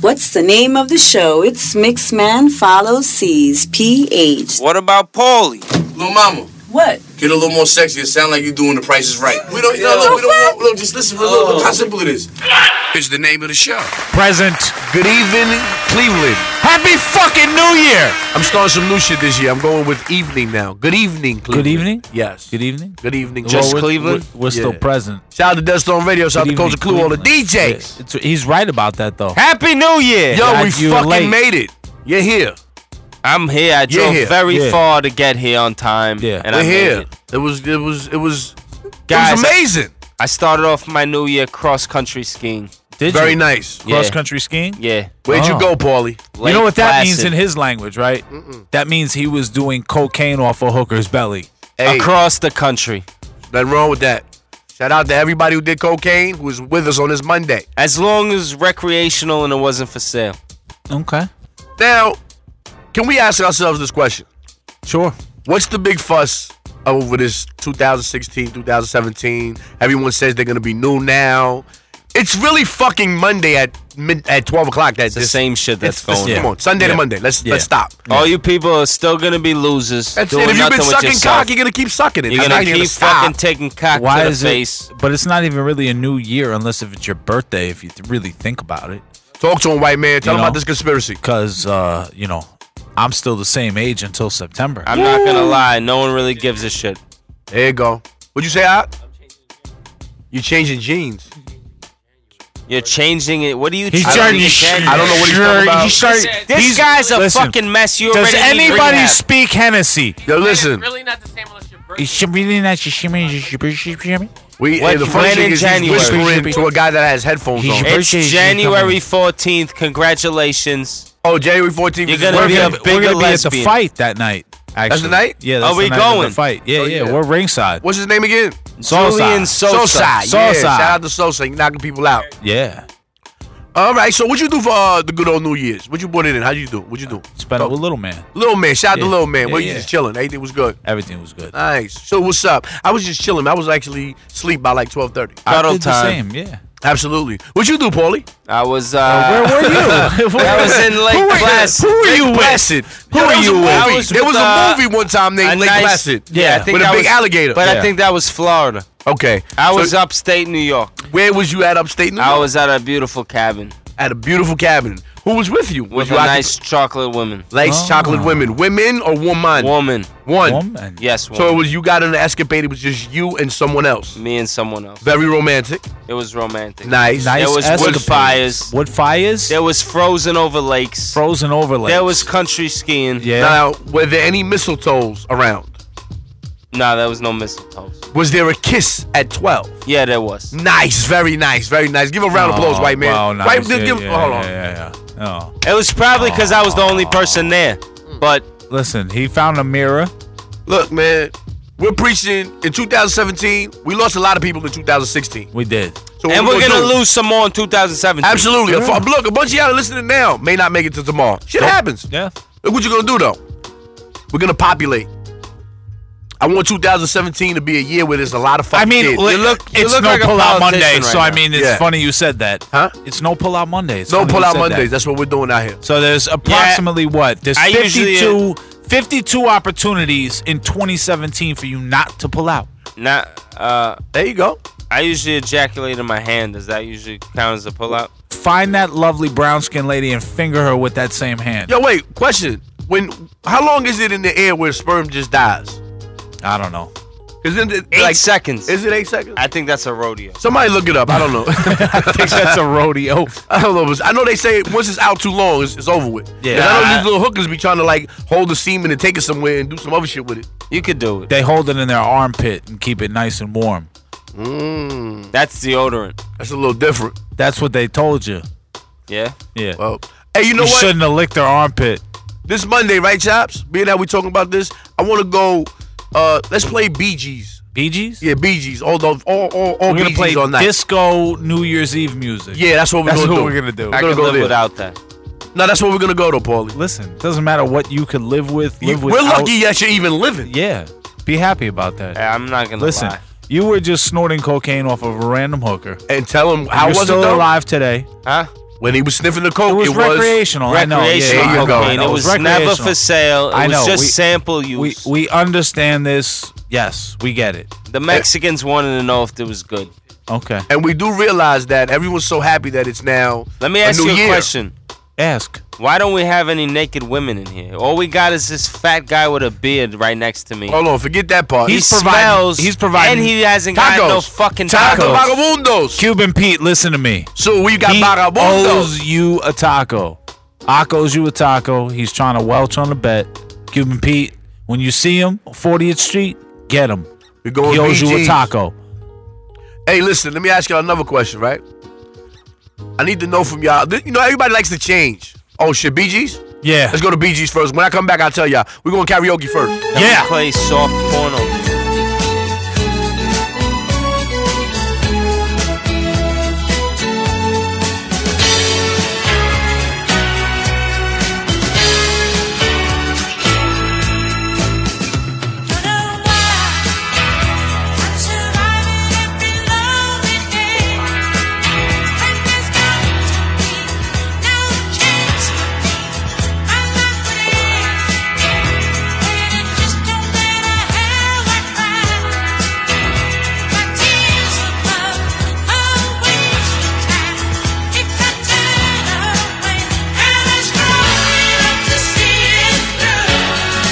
What's the name of the show? It's Mixed Man Follows C's PH. What about Paulie? Little mama. What? Get a little more sexy. It sound like you doing the Price is Right. We don't. No, look, we don't want. Look, just listen for a little. Oh. Look how simple it is. It's the name of the show. Present. Good evening, Cleveland. Happy fucking New Year. I'm starting some new shit this year. I'm going with evening now. Good evening, Cleveland. Good evening. Yes. Good evening. Good evening, Well, just we're- Cleveland. We're, we're still Yeah. present. Shout out to Dust on Radio, South Good Dakota evening, Clue, all the Cleveland. DJs. Yeah, it's- he's right about that though. Happy New Year. Yo, Yeah, we you fucking late. made it. You're here. I'm here. I drove here. very Yeah. far to get here on time. Yeah. and I We're made here. It. It. was. It was. It was. it Guys, was amazing. I started off my New Year cross country skiing. Did Very you? nice. Yeah. Cross country skiing. Yeah. Where'd you Oh. go, Paulie? you know Lake what that means Placid. in his language, right? That means he was doing cocaine off a hooker's belly. Hey, Across the country. nothing wrong with that. Shout out to everybody who did cocaine, who was with us on this Monday. As long as recreational and it wasn't for sale. Okay. Now, can we ask ourselves this question? Sure. What's the big fuss over this 2016, 2017? Everyone says they're gonna be new now. It's really fucking Monday at mid, at 12 o'clock. That It's the this- same shit that's it's- this- going Come on. on, Sunday to Yeah. Monday. Let's Yeah. let's stop. All you people are still gonna be losers. That's doing it. If you've nothing been with sucking yourself. cock, you're gonna keep sucking it. You're I'm gonna not keep stop. fucking taking cock Why to the is face. it? But it's not even really a new year unless if it's your birthday. If you th- really think about it, Talk to him, white man. Tell him You know. about this conspiracy. because uh, you know, I'm still the same age until September. I'm not gonna lie, no one really gives a shit. There you go. What'd you say, Out? You changing jeans. You're changing it. What are you? He's changing turning it shit. to? I don't know what he's talking about. This guy's a fucking mess. You Does already need anybody rehab. speak Hennessy? Yo, listen. really not the same unless you're Is she really not she- she- she- she- she- she- she- We What hey, the you funny read thing in is he's January. whispering to a guy that has headphones He's on. your- It's Birthday is January coming. 14th. Congratulations. Oh, January 14th. You're is gonna We're when be we a gonna, have- we're bigger gonna be at the lesbian. fight that night. Actually. the night? Yeah, that's Are we the night of going? the fight. Yeah, Oh, yeah, yeah. we're ringside. What's his name again? Julian Sosa. Sosa. Yeah, Sosa. shout out to Sosa. You're knocking people out. Yeah, All right, so what you do for uh, the good old New Year's? What you brought in? How'd you do? What you do? Oh. spent it with little man. Little man, shout out to Yeah. Little man. Yeah, Well, you yeah. just chilling. Everything was good. Everything was good. Nice. So what's up? I was just chilling. I was actually asleep by like twelve thirty. I Cuddle did the time. same. Yeah. Absolutely. What you do, Paulie? I was. Uh, Where were you? I was in Who Lake were you- Placid. Who were Lake you with? Placid. Who Yo, were there was a you movie. I with? was There was with, uh, a movie one time a named Lake nice- Placid. Yeah, I think with a that big was- alligator. But I Yeah. think that was Florida. okay, I So was upstate New York. where was you at upstate? New I York? was at a beautiful cabin at a beautiful cabin. Who was with you? Was with you a occup- nice chocolate woman. nice Oh. chocolate women? Women or woman? Woman. One. Woman. Yes, woman. So it was you got in an escapade. It was just you and someone else. me and someone else. Very romantic. It was romantic. Nice. Nice There was escapade. wood fires. Wood fires. There was frozen over lakes. frozen overlay. There was country skiing. yeah. Now, were there any mistletoes around? Nah, there was no mistletoes. Was there a kiss at twelve? Yeah, there was. Nice, very nice, very nice. Give a round of applause, white man. Oh, Wow, nice. White, yeah, give- yeah, hold yeah, on. Yeah, yeah. Oh. It was probably because I was the only person there. But Listen, he found a mirror. Look, man, we're preaching in 2017. We lost a lot of people in 2016. We did. So and we're gonna do- lose some more in 2017. Absolutely. Yeah. If- Look, a bunch of y'all listening now may not make it to tomorrow. Shit happens. Yeah. Look what you're gonna do though. We're gonna populate. I want 2017 to be a year where there's a lot of I fucking mean, kids. li- You look- you it's look no like a pullout politician Monday, right so I now. mean, it's Yeah. funny you said that. Huh? It's no pullout Monday. It's no funny you pull out said Mondays. that. That's what we're doing out here. So there's approximately what? There's I 52, usually, 52 opportunities in 2017 for you not to pull out. Not. Uh, There you go. I usually ejaculate in my hand. Does that usually count as a pullout? Find that lovely brown skinned lady and finger her with that same hand. Yo, wait. Question. When? How long is it in the air where sperm just dies? I don't know. Is it Eight like? seconds. Is it eight seconds? I think that's a rodeo. Somebody look it up. I don't know. I think that's a rodeo. I don't know. I know they say once it's out too long, it's, it's over with. 'Cause Yeah. I know these little hookers be trying to like hold the semen and take it somewhere and do some other shit with it. You could do it. They hold it in their armpit and keep it nice and warm. That's deodorant. That's a little different. That's what they told you. Yeah. Yeah. Well, hey, you know you what? shouldn't have licked their armpit. This Monday, right, Chops? Being that we're talking about this, I want to go. Uh, let's play Bee Gees. Bee Gees? Yeah, Bee Gees. All those, all, all, all We're Bee gonna Gees play all night. disco New Year's Eve music. yeah, that's what we're That's gonna what do. we're gonna do. I gonna could go live there. without that. No, that's what we're gonna go to, Paulie. Listen, doesn't matter what you could live with, You- live we're without. lucky that you're even living. Yeah. Be happy about that. I'm not gonna Listen, lie. you were just snorting cocaine off of a random hooker. And tell them how You're was still it though? alive today. Huh? When he was sniffing the coke, It was recreational. Oh, I know. yeah, recreational there yeah, you go. cocaine. It It was was, never for sale. It I know, was just we- sample We use. we understand this. Yes, we get it. the Mexicans wanted to know if it was good. Okay. And we do realize that everyone's so happy that it's now. Let me ask new you a year. question. Ask. Why don't we have any naked women in here? All we got is this fat guy with a beard right next to me. Hold on, forget that part. he Oh, He's providing- smells. he's providing and he hasn't got no tacos. fucking Taco tacos. Vagabundos. Cuban Pete, listen to me. So we got he Vagabundos. owes you a taco. Ak owes you a taco. He's trying to welch on the bet. Cuban Pete, when you see him, 40th Street, get him. We're going He owes you a BGs. taco. Hey, listen, let me ask y'all another question, right? I need to know from y'all. Th- You know, everybody likes to change. Oh, shit, BG's? Yeah. Let's go to BG's first. When I come back, I'll tell y'all. We're going karaoke first. Don't Yeah. Play soft porno. Thank you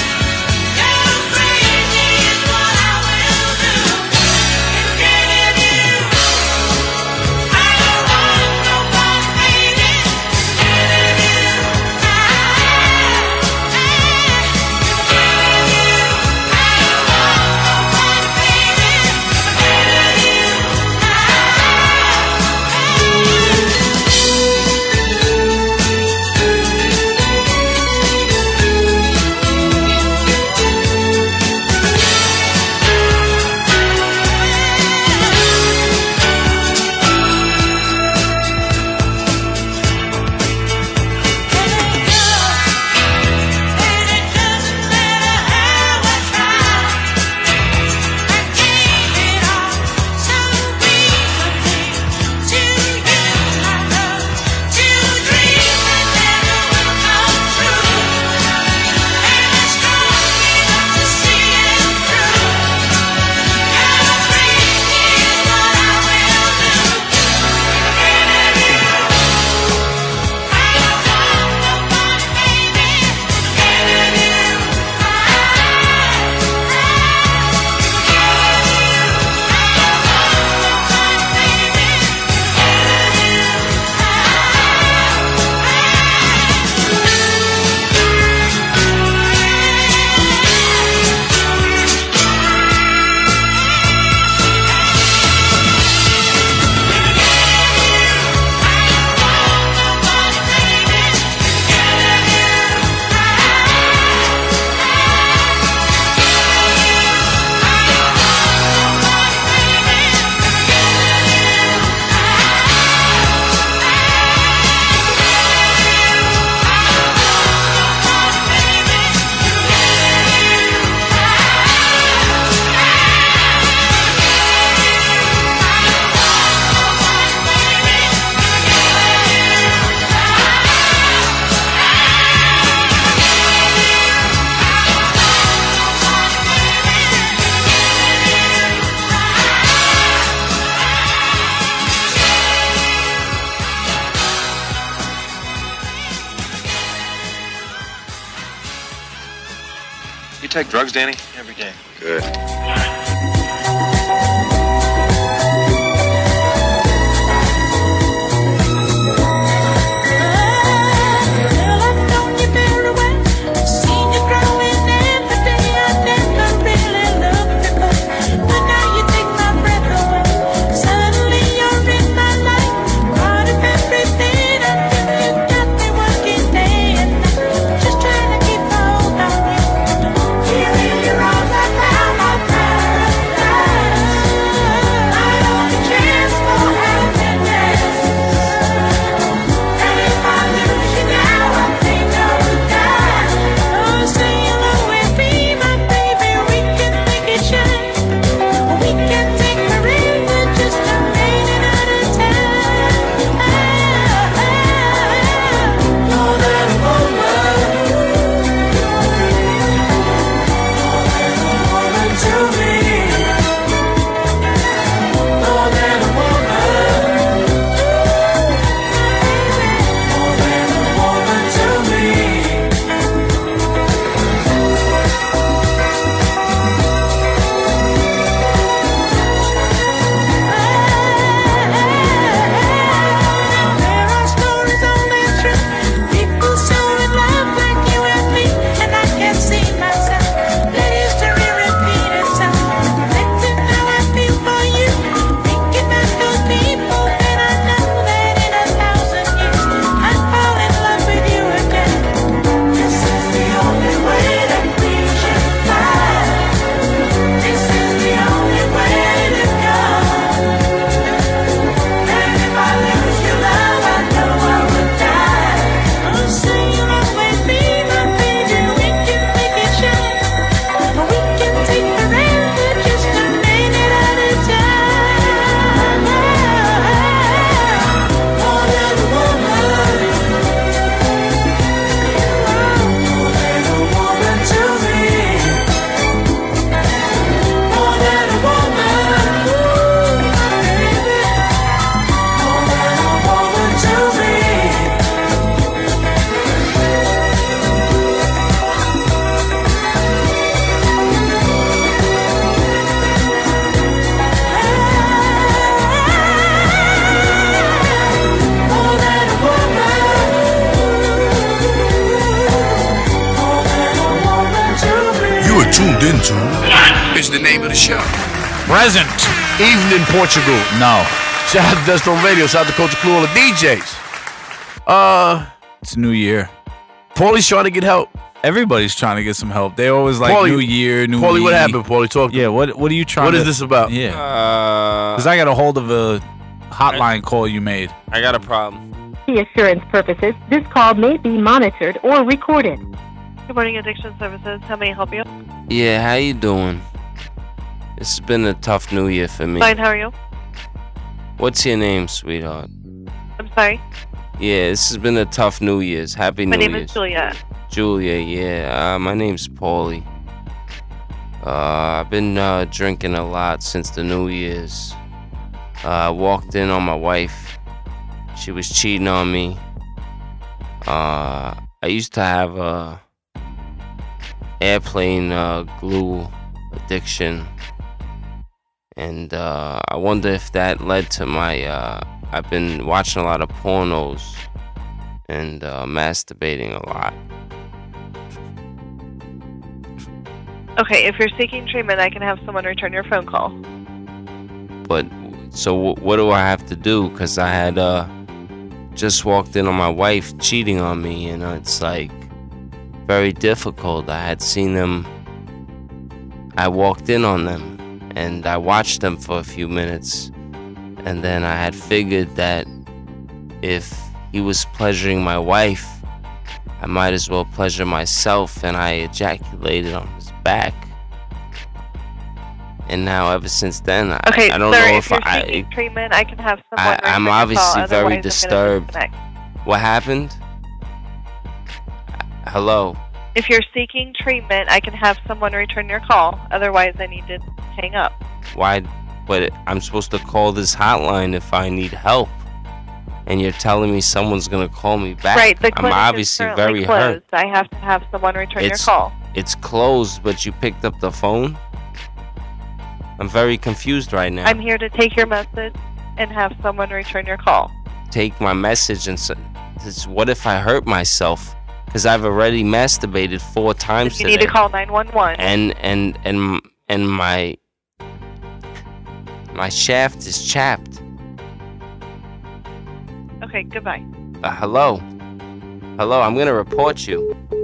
You take drugs, Danny? Every day. Good. Just trying to keep hold on you. Here in your arms, I found my pride. tuned into is the name of the show. Present. Even in Portugal. No. Shout out to Dust on Radio. Shout out to Culture Clue, all the DJs. It's New Year. Paulie's trying to get help. Everybody's trying to get some help. They always like Paulie- New Year, New Paulie, what me. happened? Paulie, talk. Yeah, what what are you trying What to is this about? Yeah. Uh, Because I got a hold of a hotline call you made. I got a problem. safety assurance purposes, this call may be monitored or recorded. Good morning, Addiction Services. How may I help you? Yeah, how you doing? It's been a tough new year for me. Fine, how are you? What's your name, sweetheart? I'm sorry. Yeah, this has been a tough New Year's. Happy My New name Year's. is Julia. Julia, yeah. Uh, my name's Paulie. Uh, I've been uh, drinking a lot since the New Year's. Uh, I walked in on my wife. She was cheating on me. Uh, I used to have a airplane uh, glue addiction, and uh, I wonder if that led to my. Uh, I've been watching a lot of pornos and uh, masturbating a lot. Okay, if you're seeking treatment, I can have someone return your phone call. but so wh- what do I have to do? Cause I had uh just walked in on my wife cheating on me, and it's like very difficult. I had seen them. I walked in on them, and I watched them for a few minutes, and then I had figured that if he was pleasuring my wife, I might as well pleasure myself, and I ejaculated on his back. And now, ever since then, I, Okay, I don't sir, know if if, you're I. seeking treatment, I can have someone I- return I'm your obviously call. Otherwise, very I'm gonna disturbed. disconnect. What happened? Hello. If you're seeking treatment, I can have someone return your call. Otherwise, I need to hang up. Why? But I'm supposed to call this hotline if I need help, and you're telling me someone's gonna call me back. Right, the I'm clinic obviously is very currently hurt. closed. I have to have someone return It's- your call. It's closed, but you picked up the phone. I'm very confused right now. I'm here to take your message and have someone return your call. Take my message and say, this- what if I hurt myself? Because I've already masturbated four times If you today. need to call 911. and and and and my my shaft is chapped. Okay, goodbye. Uh, hello. Hello, I'm gonna report you. All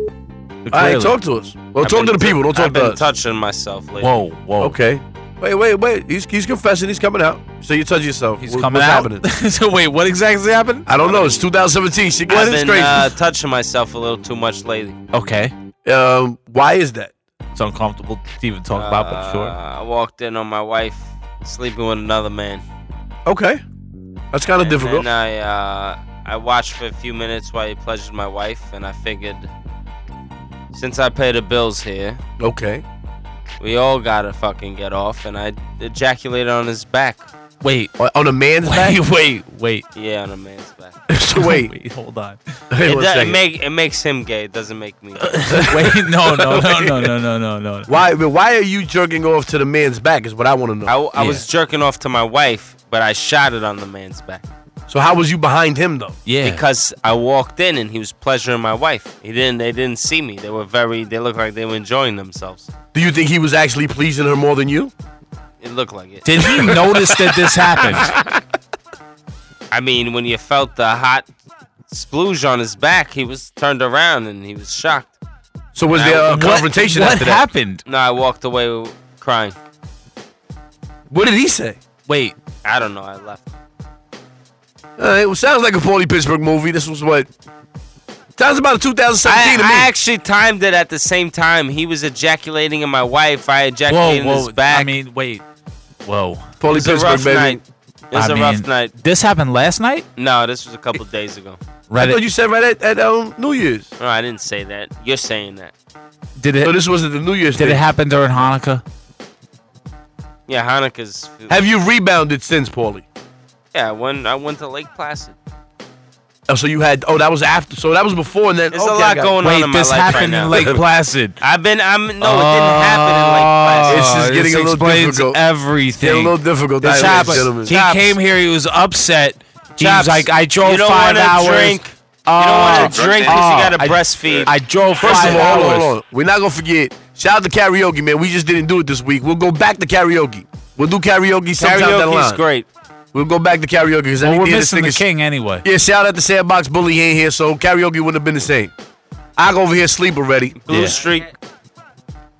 right, Clearly. talk to us. Well, I've talk to been the people. Don't I've talk been to us. touching myself lately. Whoa, whoa. Okay. Wait, wait, wait. He's, he's confessing. He's coming out. So you touch yourself. He's What- coming what's out. Happening? so wait, what exactly happened? I don't know. It's 2017. She I've got this been crazy. uh, touching myself a little too much lately. Okay. uh, um, why is that? It's uncomfortable to even talk about, but Uh, sure. I walked in on my wife sleeping with another man. Okay. That's kind of and difficult. Then I uh, I watched for a few minutes while he pleasured my wife, and I figured since I pay the bills here, okay. we all gotta fucking get off, and I ejaculated on his back. Wait, On- Uh, On a man's back? wait, wait, wait. Yeah, on a man's back. So wait. hold on. Hey, it, one do- it second. make, it makes him gay. It doesn't make me. gay. Wait, no, no, no, no, no, no, no, no. why, but why are you jerking off to the man's back is what I want to know. I, I was jerking off to my wife, but I shot it on the man's back so how was you behind him, though? Yeah. because I walked in and he was pleasuring my wife. He didn't. They didn't see me. They were very. They looked like they were enjoying themselves. Do you think he was actually pleasing her more than you? It looked like it. Did he notice that this Uh, happened? I mean, when you felt the hot splooge on his back, he was turned around and he was shocked. So was Now, there a Uh, what- confrontation what after that? happened? No, I walked away crying. What did he say? Wait, I don't know. I left. Uh, it was- sounds like a Paulie Pittsburgh movie. This was what? Sounds about 2017 I, to me. I actually timed it at the same time. He was ejaculating in my wife. I whoa, ejaculated in whoa. his back. I mean, wait. Whoa. it Paulie was a rough night. It was I a rough mean, night. This happened last night? No, this was a couple days ago. I Reddit. thought you said right at, at um, New Year's. No, I didn't say that. You're saying that. did So it this wasn't the New Year's did thing. it happen during Hanukkah? Yeah, Hanukkah's. Have you rebounded since, Paulie? yeah, when I went to Lake Placid. Oh, so you had. Oh, that was after. So that was before, and then. There's okay, a I lot got it. going on Wait, in my this life right happened now. in Lake Placid. I've been. I'm. No, it didn't happen in Lake Placid. It's just Oh, getting this a little explains difficult. Everything. They're a little difficult, This ladies and happened. gentlemen. He Chops. came here. He was upset. He was Chops, like, I drove you don't five wanna hours. Drink. You Oh, don't want to drink because Oh, you got I- to breastfeed. I drove First five of all, hold on, hours. hold on. We're not gonna forget Shout out to karaoke, man. We just didn't do it this week. We'll go back to karaoke. We'll do karaoke sometime down the Karaoke's line. great. We'll go back to karaoke because Well, I we're think this missing thing the is king anyway. Yeah, shout out to Sandbox Bully he ain't here, so karaoke wouldn't have been the same. I go over here sleep already. Blue Yeah. Streak.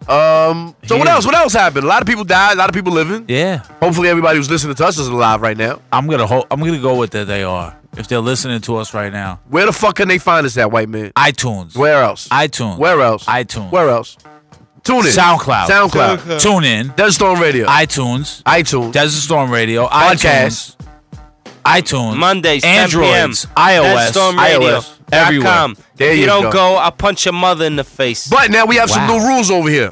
Um, so what Yeah. else? What else happened? A lot of people died. A lot of people living. Yeah. Hopefully, everybody who's listening to us is alive right now. I'm gonna ho- I'm gonna go with that they are. If they're listening to us right now, Where the fuck can they find us at, white man? iTunes, Where else? iTunes, Where else? iTunes. Where else? Tune in. SoundCloud. SoundCloud. Tune in. Desert Storm Radio. iTunes, iTunes. Desert Storm Radio, Podcast. iTunes, iTunes, Mondays, 10 Androids, p.m. iOS, Storm Radio. iOS, everywhere. Com. There if you you don't go. go. I'll punch your mother in the face. but now we have some Wow. new rules over here.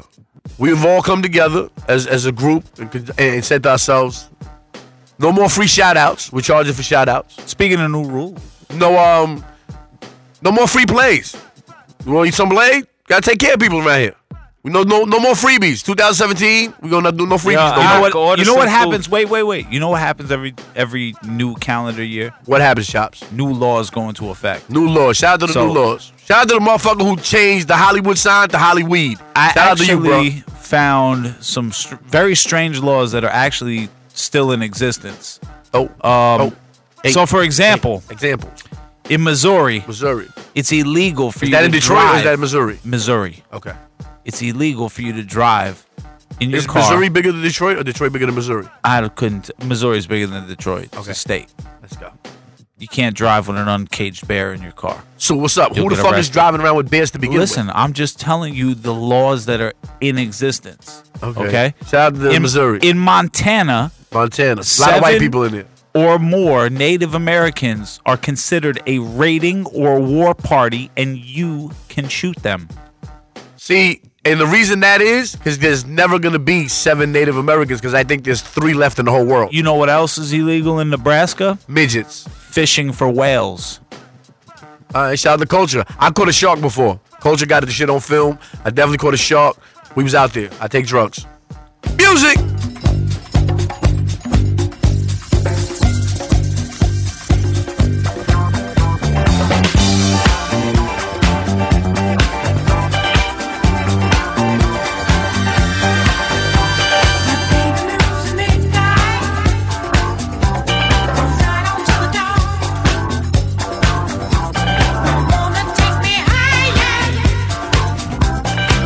We've all come together as, as a group and, con- and said to ourselves, no more free shout outs. We're charging for shout outs. Speaking of new rules, No um no more free plays. You want to eat some blade? Gotta take care of people around here. We no no no more freebies. 2017, we're gonna not do no freebies Yeah, no I- Go more. you know what? order You know some what food. happens? Wait, wait, wait. You know what happens every every new calendar year? What happens, Shops? New laws go into effect. New laws. Shout out to the So- new laws. Shout out to the motherfucker who changed the Hollywood sign to Hollyweed. I Shout out to actually you, bro. found some str- very strange laws that are actually still in existence. Oh, Um, oh, hey, so, for example, example, in Missouri, Missouri. it's illegal for Is you that to in Detroit drive. or is that in Missouri? Missouri? Okay. It's illegal for you to drive in your Is car. Missouri bigger than Detroit or Detroit bigger than Missouri? I couldn't. Missouri's bigger than Detroit. It's Okay. a state. Let's go. You can't drive with an uncaged bear in your car. So what's up? You'll who the get fuck is arrested. driving around with bears to begin Listen, I'm just telling you the laws that are in existence. with? Okay. Shout out to the in Missouri, In Montana, Montana. A lot of white seven- people in there. or more Native Americans are considered a raiding or war party, and you can shoot them. See, and the reason that is because there's never gonna be seven Native Americans because I think there's three left in the whole world. You know what else is illegal in Nebraska? Midgets. Fishing for whales. All right, shout Uh, out to Culture. I caught a shark before. Culture got the shit on film. I definitely caught a shark. We was out there. I take drugs. Music.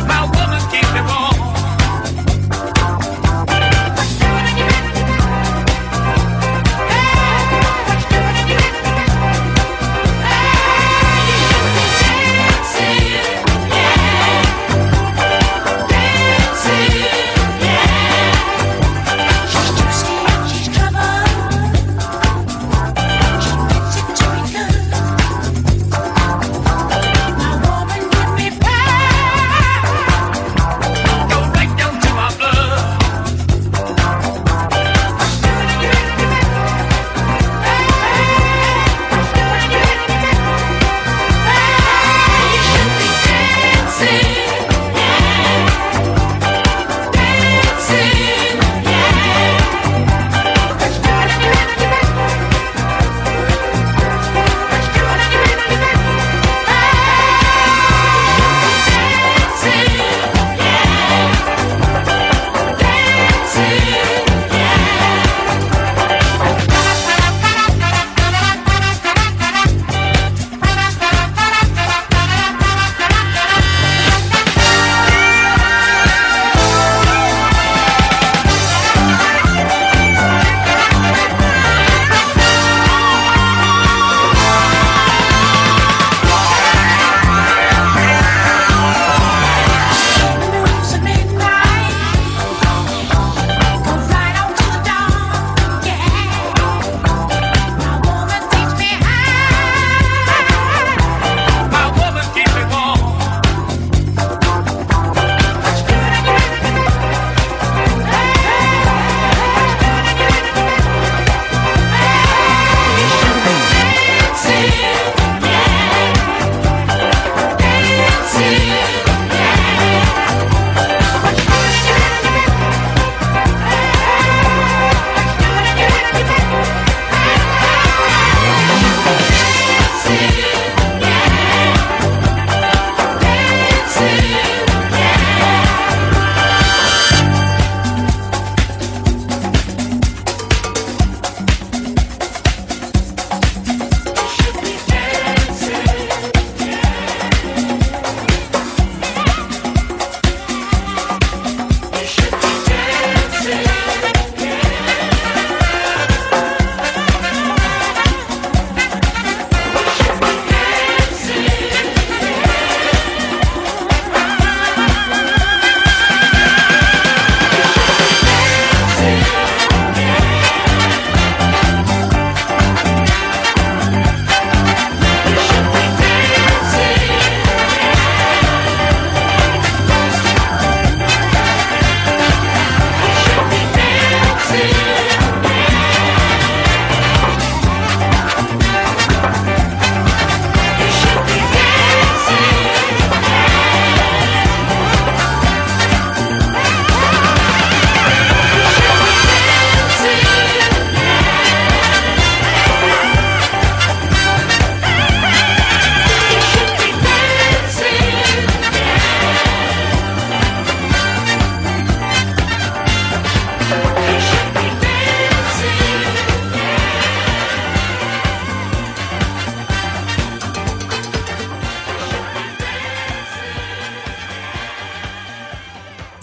My woman keep me warm.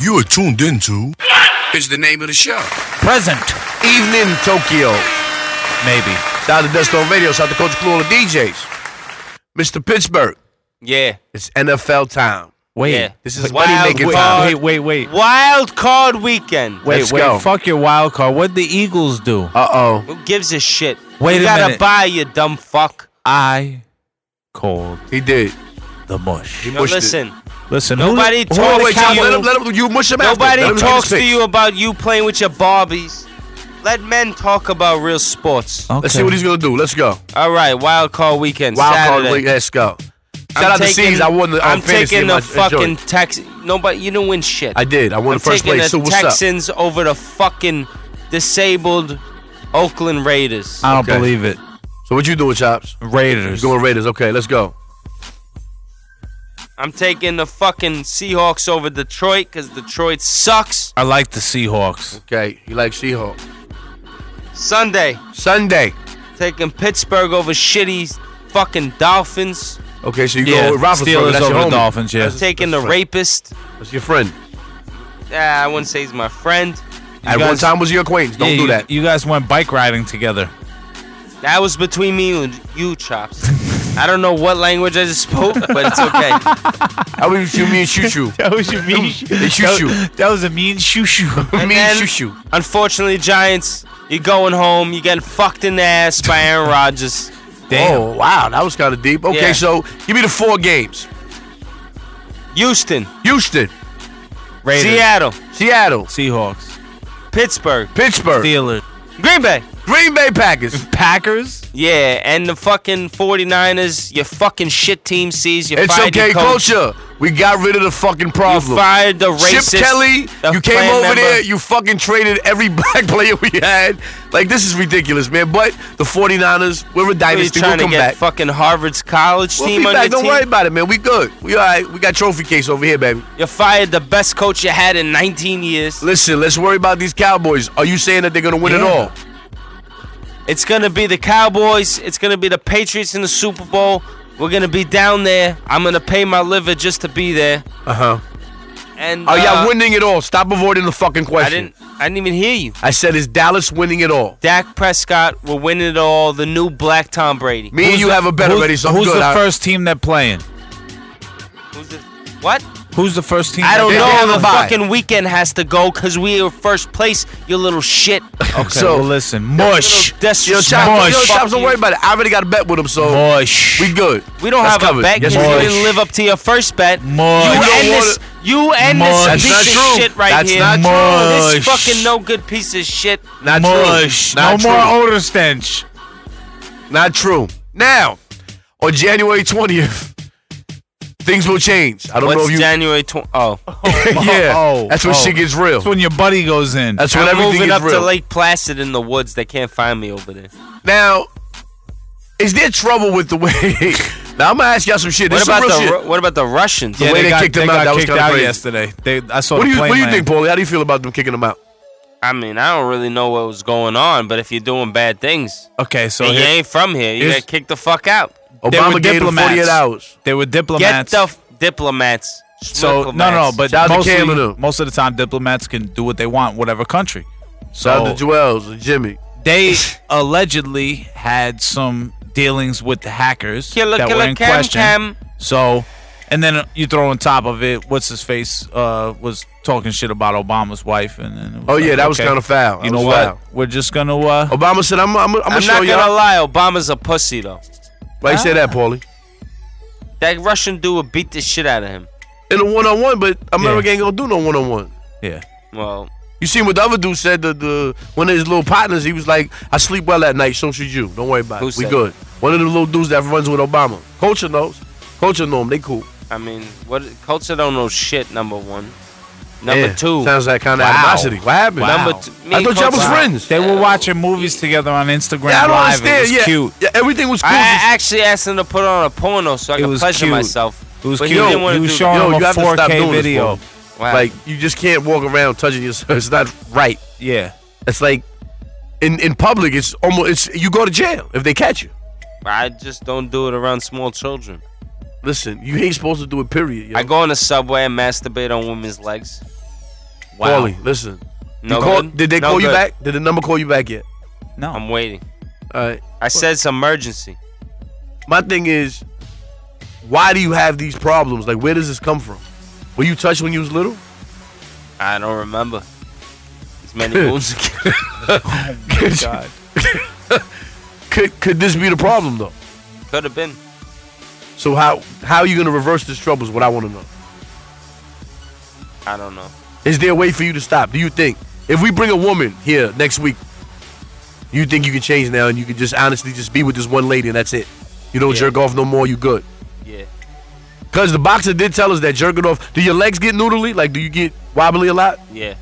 You are tuned into. Is the name of the show. Present, Evening Tokyo. maybe. Shout out to Dust on Radio. Shout out to Coach Clue, all the DJs. Mr. Pittsburgh, Yeah. it's NFL time. Wait, Yeah. This is Wild money-making card- time. wait, wait, wait, Wild card weekend. wait, Let's wait. go. Fuck your wild card. What the Eagles do? Uh oh. Who gives a shit? Wait you a gotta minute. buy, you dumb fuck. I called He did. the mush. Yo, Pushed it. listen, Listen, Nobody who, who told are Oh, the wait, Cowboys? Tom, let him, let him, you mush him after. Let nobody him take talks his pick. to you about you playing with your Barbies. Let men talk about real sports. Okay. Let's see what he's going to do. Let's go. All right, wild card weekend. Wild Saturday. card league. Let's go. Shout I'm out to taking- C's. I won the on I'm fantasy taking in the my- fucking joint. Tex. Nobody, you didn't win shit. I did. I I'm won the first taking place. the So what's up? Texans over the fucking disabled Oakland Raiders. I don't Okay. believe it. So what you doing, Chops? Raiders. Going Raiders. Okay, let's go. I'm taking the fucking Seahawks over Detroit because Detroit sucks. I like the Seahawks. Okay, you like She-Hulk. Sunday, Sunday. taking Pittsburgh over shitty fucking Dolphins. Okay, so you Yeah, go with Roethlisberger. Steelers That's over your the homie. Dolphins, yeah. That's- Taking the that's friend. rapist. That's your friend. Ah, I wouldn't say he's my friend. At one guys- time was your acquaintance. Don't Yeah, do you- that. You guys went bike riding together. That was between me and you, Chops. I don't know what language I just spoke, but it's okay. I would shoot me and shoot you. That was a mean They shoot you. That was a mean shoo shoo. Me then- and shoot you. Unfortunately, Giants, you're going home. You're getting fucked in the ass by Aaron Rodgers. Damn. Oh, wow. That was kind of deep. Okay, Yeah. so give me the four games. Houston, Houston, Raiders. Seattle, Seattle, Seahawks. Pittsburgh, Pittsburgh, Steelers. Green Bay. Green Bay Packers. Packers. Yeah, and the fucking 49ers, your fucking shit team sees you It's fired okay, your coach. culture. We got rid of the fucking problem. You fired the Chip racist. Kelly, the you came plan over member. there, you fucking traded every black player we had. Like, this is ridiculous, man. But the 49ers, What we're a Are you dynasty. We'll trying come to get back. fucking Harvard's college We'll team be on back. your Don't team? worry about it, man. We good. We all right. We got trophy case over here, baby. You fired the best coach you had in 19 years. Listen, let's worry about these Cowboys. Are you saying that they're going to win it Yeah. all? It's gonna be the Cowboys. It's gonna be the Patriots in the Super Bowl. We're gonna be down there. I'm gonna pay my liver just to be there. Uh-huh. And Are uh, y'all winning it all? Stop avoiding the fucking I question. didn't. I didn't even hear you. I said, is Dallas winning it all? Dak Prescott will win it all. The new black Tom Brady. Me and Who's you the- have a bet who's, already, so I'm who's good. the I- first team that playing? Who's the, what? Who's the first team? I don't They- they have know. a the bye. fucking weekend has to go because we are first place. You little shit. know. Okay, So- well, listen, mush, Little disrespect. Yo, Chops, yo, Mush. Chops, don't worry about it. I already got a bet with him, so mush. we good. We don't That's have covered. a bet Yes, because we you do. didn't live up to your first bet. Mush. You don't end wanna- this. You end Mush. this That's piece not of true. shit right That's here. not true. This fucking no good piece of shit. Not mush. true. No Not more true. odor stench. Not true. Now, on January 20th, things will change. I don't know What's if you. January 20? Oh, yeah, Oh, that's when oh. shit gets real. That's when your buddy goes in. That's when I'm everything moving is up to real. Lake Placid in the woods. They can't find me over there. now, is there trouble with the way? now I'm gonna ask y'all some shit. What This about is the some real Ru- shit. What about the Russians? Yeah. way they got, kicked him out, got that was kicked kinda out crazy. yesterday. They, I saw What do the you plane What do you land. think, Paulie? How do you feel about them kicking them out? I mean, I don't really know what was going on, but if you're doing bad things, Okay, so and you here- ain't from here, you here's- get kicked the fuck out. They were Obama gave them diplomats. 48 hours. they were Get diplomats. the f- diplomats. so no, no, no, but Shout out to mostly, Canada. most of the time diplomats can do what they want, whatever country. Shout So out to Joel's and Jimmy. they allegedly had some dealings with the hackers Killer, that killer, were in cam, question. cam. So, and then you throw on top of it, what's his face uh, was talking shit about Obama's wife, and then it was Oh like, yeah, that was okay, kind of foul. That You know was what? foul. We're just gonna uh, Obama said, "I'm, I'm, I'm gonna I'm show not gonna y'all." lie, Obama's a pussy though. Why you say that, Paulie? That Russian dude would beat the shit out of him. In a one-on-one, but America Yeah. ain't gonna do no one-on-one. yeah. Well, You seen what the other dude said? The, the one of his little partners. He was like, "I sleep well at night. So should you. Don't worry about Who it. We said good." One of the little dudes that runs with Obama. Culture knows. Culture know him. They cool. I mean, what culture don't know shit. Number one, number Yeah. two, Sounds like kind of Wow. animosity. What happened? Wow. number two. me I and thought y'all was culture- friends. They were watching movies together on Instagram Yeah, I don't Live. understand. It was yeah. cute. yeah, everything was cool. I I actually asked him to put on a porno so I It could was pleasure cute. myself. It was but cute. He didn't want He to was do showing Yo, him you a have to stop 4K doing this, video. bro. Wow. Like you just can't walk around touching yourself. It's not right. yeah. It's like in in public. It's almost. It's you go to jail if they catch you. I just don't do it around small children. Listen, you ain't supposed to do it. Period. yo. I go on the subway and masturbate on women's legs. Wow. Paulie, listen. No You call- good? did they No call you good. back? Did the number call you back yet? No. I'm waiting. All right. I said it's emergency. My thing is, why do you have these problems? Like, where does this come from? Were you touched when you was little? I don't remember. As many moons ago. God. Could could this be the problem though? Could have been. So how how are you gonna reverse this trouble? Is what I want to know. I don't know. Is there a way for you to stop? Do you think if we bring a woman here next week, you think you can change now and you can just honestly just be with this one lady and that's it? You don't Yeah. jerk off no more. You good? Yeah. Cause the boxer did tell us that jerking off. Do your legs get noodly? Like do you get wobbly a lot? Yeah.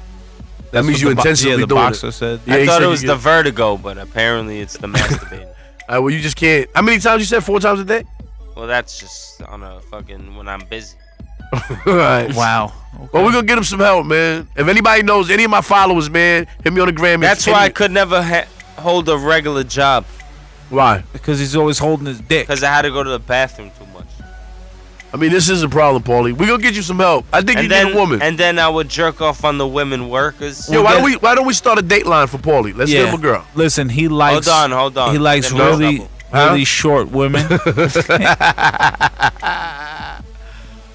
That means you the bo- intensely yeah, the doing boxer it. said. Yeah, I he thought said it you was get- the vertigo, but apparently it's the masturbating. All right, well you just can't. How many times you said four times a day? well, that's just on a fucking when I'm busy. All right. Wow. Well, we're gonna get him some help, man. If anybody knows any of my followers, man, hit me on the gram. It's That's why I any- could never ha- hold a regular job Why? Because he's always holding his dick. because I had to go to the bathroom too much. I mean, this is a problem, Paulie. We're gonna get you some help. I think you And then, need a woman. and then I would jerk off on the women workers. Yo, why don't we why don't we start a dateline for Paulie? Let's yeah. give him a girl. Listen, he likes. Hold on, hold on. He likes Then we're in really, trouble. Huh? really short women. That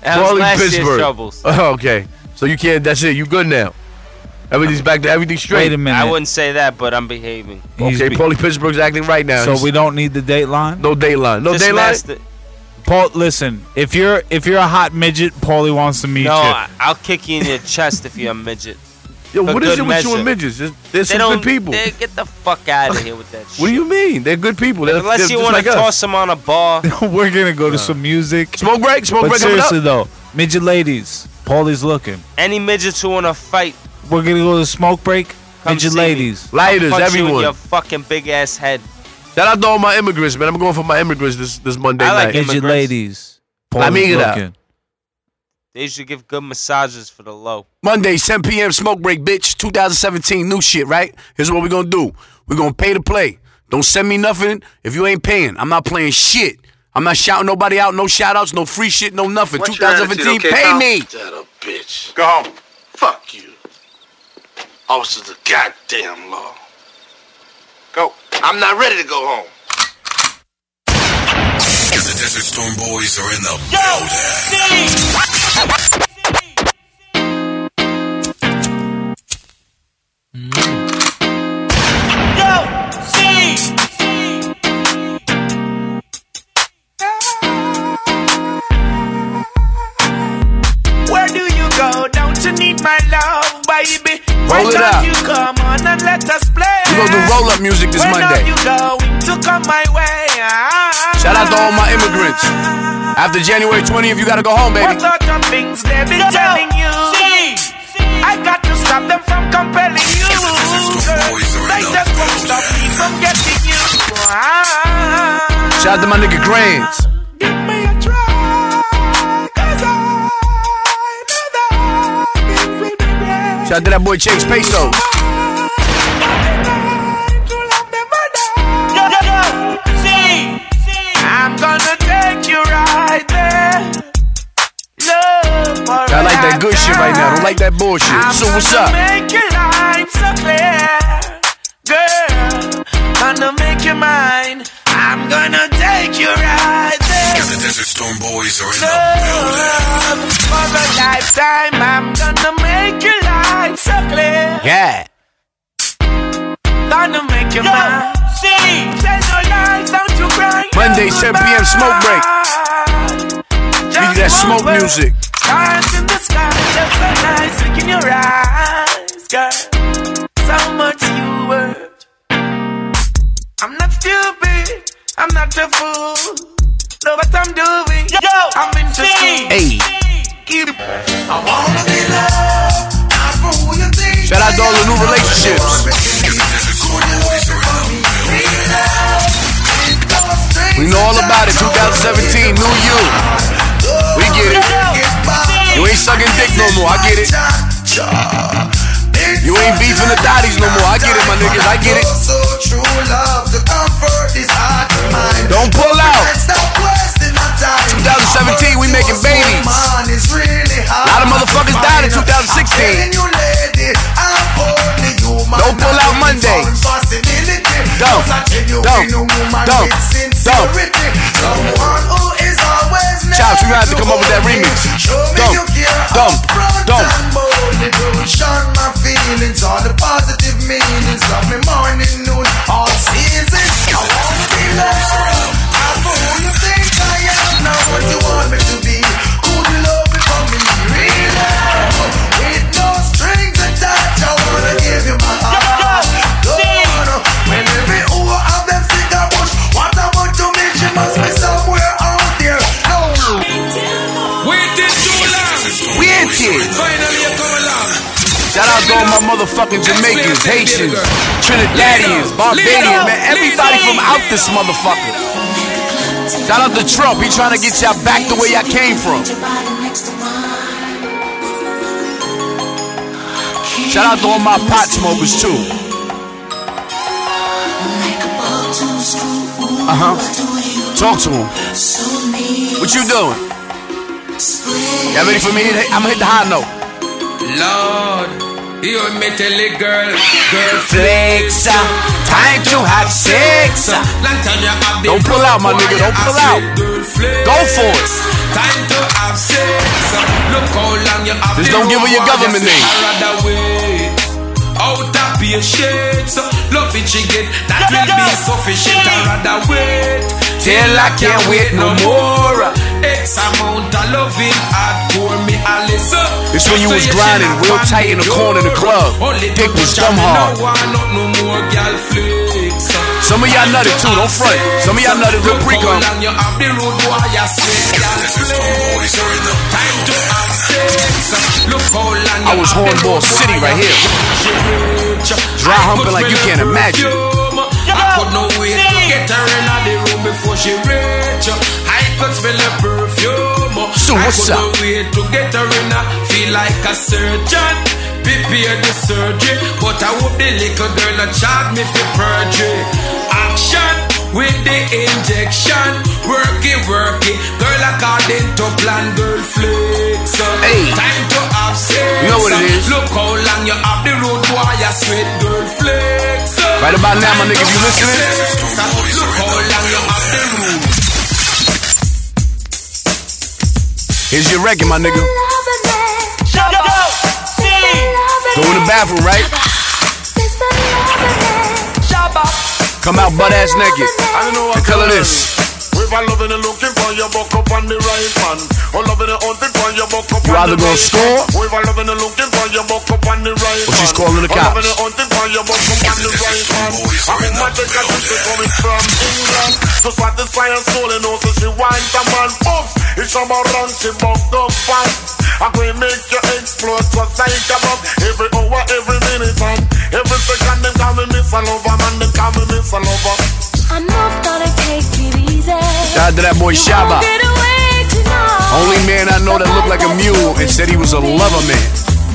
was Paulie last year's Pittsburgh. troubles. Oh, okay. So you can't. That's it. You good now? Everything's back to everything straight. Wait a minute. I wouldn't say that, but I'm behaving. He's Okay, be- Paulie Pittsburgh's acting right now. so He's- we don't need the dateline. no dateline. No Just dateline. master- Paul, listen. If you're if you're a hot midget, Paulie wants to meet No, you. I, I'll kick you in your chest if you're a midget. Yo, for what is good it with you measure. and midgets? There's, there's They some don't. good people. They, get the fuck out of here with that shit. What do you mean? They're good people. They're, Unless they're you just want like to us. toss them on a bar. We're gonna go to some music. Smoke break. Smoke But break coming up. seriously though, midget ladies, Paulie's looking. Any midgets who want to fight, We're gonna go to smoke break. Come midget see ladies. Lighters, punch you in everyone. your fucking big ass head. Shout out to all my immigrants, man. I'm going for my immigrants this, this Monday I like night. it. Midget Immigrants. ladies. Paulie's Amiga. looking. They should give good massages for the low. Monday, 7 p.m. smoke break, bitch. 2017, new shit, right? Here's what we're gonna do. We're gonna pay to play. Don't send me nothing if you ain't paying. I'm not playing shit. I'm not shouting nobody out, no shout outs, no free shit, no nothing. What's your attitude, 2017, okay, pay pal? me! That a bitch. Go home. Fuck you. Officer, the goddamn law. Go. I'm not ready to go home. The Desert Storm Boys are in the Where do you go? Don't you need my love, baby? Roll Why it don't up. you come on and let us play? We're gonna do roll up music this When are Monday. you going to come my way? Ah. Shout out to all my immigrants. After January 20th, you gotta go home, baby. What sort of things they be telling you? I got to stop them from compelling you. girl. They just won't stop me from getting you. Ah. Shout out to my nigga Grants. Give me a try, 'cause I know that it will be great. Shout out to that boy Chase Pesos. I'm gonna take you right there. Love for I like that good shit right now. Don't like that bullshit. I'm So what's gonna up? Make your life so clear, girl. Gonna make you mine. I'm gonna take you right there. The Desert Storm Boys are in the Love for a lifetime. I'm gonna make your life so clear. Yeah. Gonna make your mind. See, tell no lies, don't you cry. Monday, 7 p.m. smoke break. Give you that smoke music. Stars in the sky, just so nice. Look in your eyes, girl. So much you worth. I'm not stupid. I'm not a fool. Know what I'm doing. Yo, I'm into school. Hey. Keep I wanna be loved, not for who you think. Shout out to all the new relationships. We know all about it. 2017, new you. We get it. You ain't sucking dick no more. I get it. You ain't beefing the thotties no more. I get it, my niggas. I get it. So true love, the comfort is hard to find. Don't pull out. Let's stop wasting my time. 2017, we making babies. Mine is really hard. A lot of motherfuckers died in I'm telling 2016. you, lady, Don't pull out Monday. Don't, don't, don't, don't. Chops, we gonna have to come up with that remix. Dump, dump, dump. Shout out to all my motherfucking Jamaicans, Haitians, Trinidadians, Barbadians, man, everybody from out this motherfucker. Shout out to Trump, he trying to get y'all back the way y'all came from. Shout out to all my pot smokers too. Uh huh. Talk to him. What you doing? Y'all ready for me? I'm gonna hit the high note. Lord, you met a little girl, girl Flex, uh, time to have sex. uh. Long time you have Don't pull out, my nigga. Don't pull out. Go for it. Time to have sex. uh. Look how long you have Just the don't give her your rope, I government just name. hide away. Out of patience, uh, love it she get. That will be sufficient. I rather wait Till I can't wait no more. X amount of loving hardcore me a listen. It's when you was grinding real tight in the corner of the club. Dick was dumb hard. Some of y'all nutted too, don't front. Some of y'all nutted real pre cum. I was Hornball City right here. Dry humping like you can't imagine. I could no wait to get her in the room before she reach up. I could smell her perfume. So I what's could up? no wait to get her in a feel like a surgeon. Prepare the surgery, but I hope the little girl not charge me for perjury. Action with the injection, work it, work it. Girl, according to plan, girl flex. Hey. Time to have sex. You know what it is. Look how long you have the road, why you sweet girl flex. Right about now, my nigga, if you listening, here's your record, my nigga. Go in the bathroom, right? Come out butt ass naked. I don't know The color this. If I loving and looking for your buck up on the right man, or loving and hunting for your buck up You on either the gonna right score, man. If I loving and looking for your buck up on the right Or she's man, calling the or loving cops. and hunting for your buck up on the right man. I'm in my jacket, she's coming from England to satisfy her soul and also she wants a man bumps. It's about run, she bumped up fast. I can make you explode just like a bomb. Every hour, every minute, and every second, them call me miss a lover, man, them call me miss a lover. I'm not gonna take it easy. Shout out to that boy Shaba. Get away tonight. Only man I know that looked like a mule and said he was a lover man.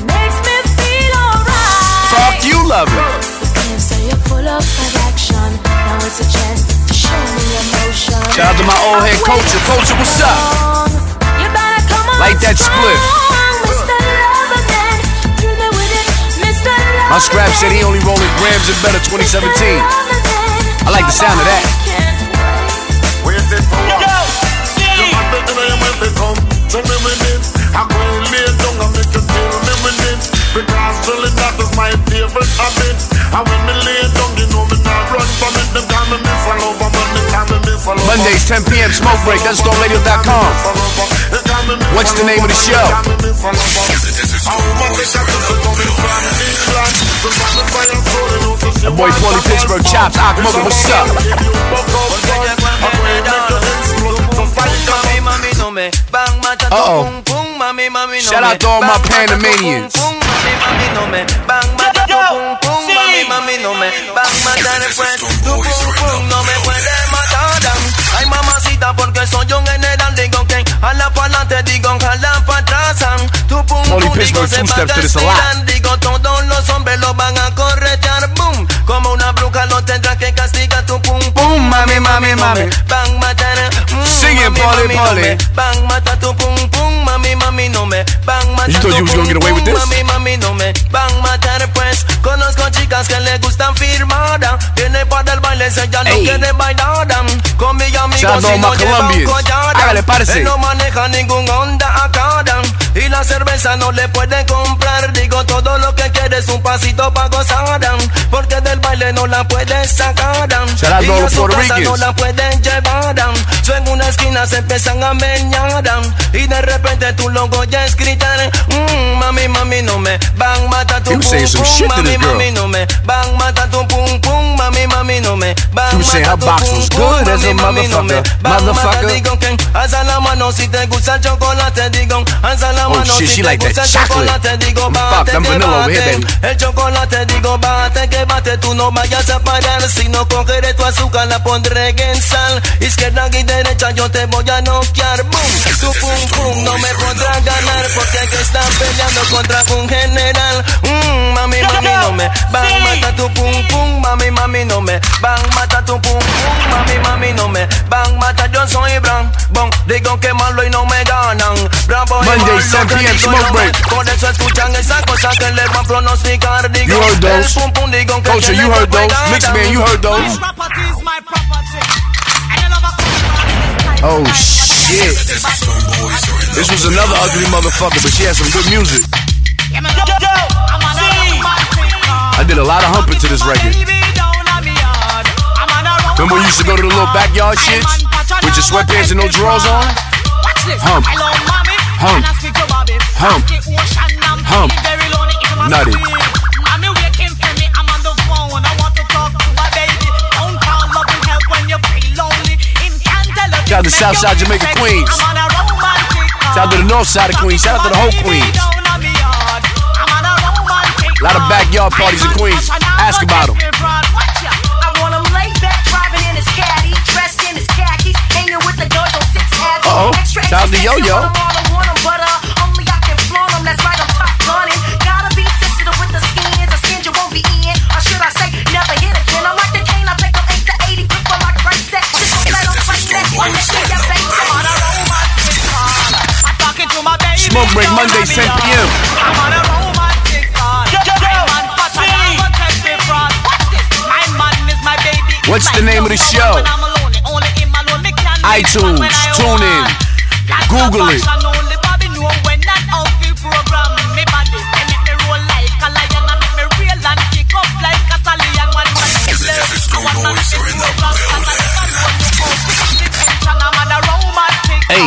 Makes me feel alright. Fuck you, lover. Can't say you're full of perfection. Now it's a chance to show me emotion. Shout out to my old head culture. Culture, what's up? You better come on Like that split. strong, Mr. Loverman. Thrill me with it, Mr. Loverman. My scrap said he only rolling grams and better 2017. I like the sound of that. Waiting for what? You got the inner you make me come to me with it. I go and lay down and make you feel me with it. Because really that is my favorite habit. And when me lay down, you know me not run from it. Them call me miss a lover, but them call me miss a lover. Mondays, 10 p.m. Smoke break. That's stormradio.com. What's the name of the show? That boy Paulie Pittsburgh Chops. Ak Mugga, what's up? Uh-oh. Shout out to all my Panamanians. Ay mamacita porque soy un general digo que jala pa'lante digo jala pa' atrás an. tu pum Only pum digo Pittsburgh se two va a steps to this a lot. castigar digo todos los hombres lo van a corretear boom como una bruja lo tendrás que castigar tu pum pum mami mami mami van matar mm, Sing it, mami, Polly, mami, no Polly. me. van matar tu pum pum mami mami no me van matar thought tu you was pum, gonna get away with pum, this? mami mami no me van matar pues conozco chicas chicas que le gustan firmada. Viene para el baile, si ella no Ey. quiere bailar. Con mi amigo Shout out si no my lleva un Colombians. collar. Hágale, parce. Él no maneja ningún Honda Accord. Y la cerveza no le puede comprar. Digo, todo lo que quiere es un pasito para gozar. Porque del baile no la puede sacar. Shout out y to all a the su Puerto casa no Ricans. la pueden llevar. So en una esquina se empiezan a meñar. Y de repente tu logo ya es gritar. "Mm, mami, mami, no me van a matar tu You pum saying some pum, shit to Mami, this girl. mami, no me van a matar tu pum pum. Mami, mami, no me van a You saying her matar tu box pum was pum, good as a mami, mami, no me motherfucker. van a matar. Motherfucker. Digo que alza la mano si te gusta el chocolate. Digo, alza la Oh, mano si shit, she te like gusta that el chocolate. chocolate. Digo, Mm, bate, fuck, them que vanilla over bate. here, baby. El chocolate, digo, bate, que bate, tú no vayas a parar. Si no cogeré tu azúcar, la pondré en sal. Izquierda y derecha, yo te voy a noquear. Boom, tu pum pum, no me podrás ganar. Porque aquí están peleando contra un general. Mm, mami, mami, no me van a matar tu pum pum. Mami, mami, no me van a matar tu pum pum. Mami, mami, no me van a matar. Yo soy Bran, bon, digo que malo y no me ganan. Bravo, y Monday, malo, 7 que p.m. digo smoke yo, break. por eso escuchan esa cosa que le van a pronosticar. Digo, You heard el those. pum pum, digo que se Culture, you le heard those. puede Mixed dar. man, you heard those. Oh shit. This was another ugly motherfucker, but she had some good music. I did a lot of humping to this record. Remember when you used to go to the little backyard shits with your sweatpants and no drawers on? Hump. Hump. Hump. Hump. Nutty. Shout out to Southside Jamaica Queens. Shout out to the north side of Queens. Shout out to the whole Queens. A lot of backyard parties in Queens. Ask about them. I want him laid back, driving in his caddy, dressed in his khakis, hanging with the dojo six hats. Uh-oh. Extra, Shout out to extra, Yo-Yo. extra, wanna, wanna, wanna, but, uh, only I can flaunt 'em, that's right, I'm top gunning. Gotta be sensitive with the skins, a skin you won't be in, or should I say, never hit again. I'm like the cane, I take 'em eight to 80, grip 'em like right set, just a flat on right neck, one neck, yeah, baby. I'm on a roll, my dick hard. I'm talking to my baby, Smoke break don't Monday, let me 10 off. I'm on p.m. a roll, my dick hard. I'm on fuck, I never touch the front. Watch this. My man is my baby. What's the name of the show? iTunes, tune in, Google it. Hey.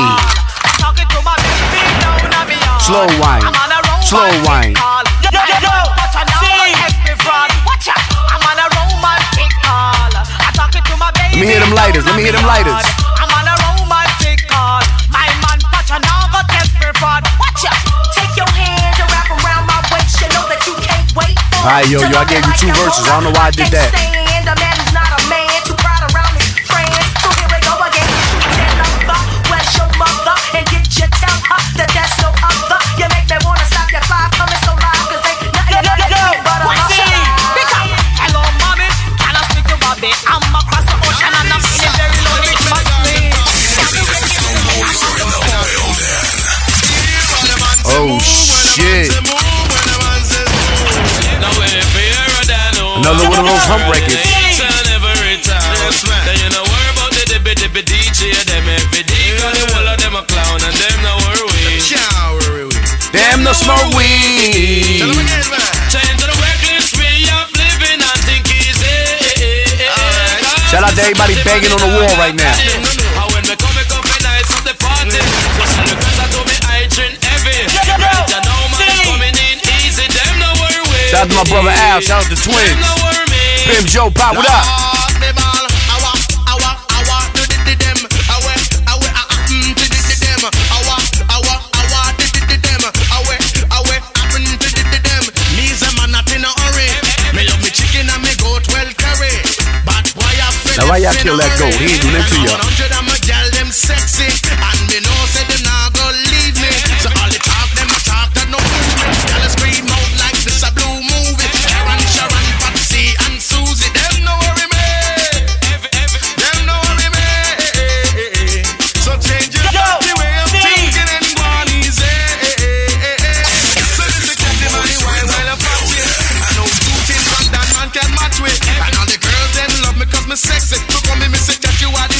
Slow wine, slow wine. Let me hear them lighters. Let me hear them lighters. I'm on a romantic call. My man Pacha now got test report. Watch ya. Take your hand and wrap around my waist. You know that you can't wait for. Alright, yo, yo, I gave you two verses. I don't know why I did that. Stand a man who's not a man. Too proud around his friends. So here we go again. Shoot that lover. Where's your mother? And did you tell her that that's no other? You make me wanna stop your fly coming so loud. Cause ain't nothing yo, yo, yo, but a What's hustle. it? Pick up. Hello, mommy. Can I speak to Bobby? I'm across the ocean and I'm feeling very lonely. Must Oh shit. Another one of those hump records. Damn the smoke weed. Shout out to everybody banging on the wall right now. Shout out to my brother Al. Shout out to twins. Bim Joe Pop, what up? Now why y'all kill that goat? He ain't do nothing to y'all.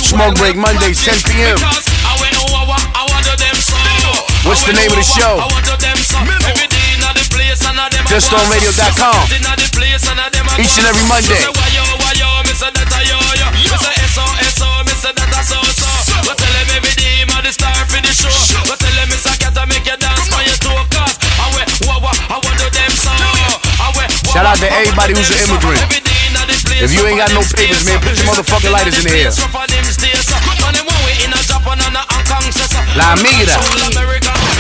Smoke Break Monday, 10 p.m. What's the name of the show? JustOnRadio.com. Each and every Monday. Shout out to everybody who's an immigrant. If you ain't got no papers, man, put your motherfucking lighters in the air. La amiga.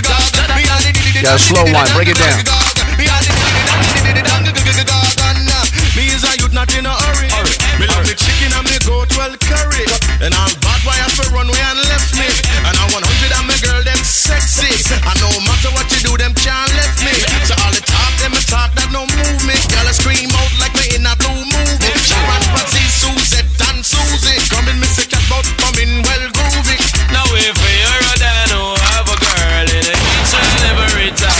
Yeah, a slow one. Break it down. And I'm bad why I feel runway and left me. And I want hundred and my girl them sexy. I no matter what you do, them can't left me. So all the talk, them a talk that no movement. Y'all a scream out like me in a blue movie. Sharon, Patsy, Suzette, and Susie. Come in, Mr. Catboat, come in, well groovy. Now if you're a dad who have a girl in it, she'll never retire.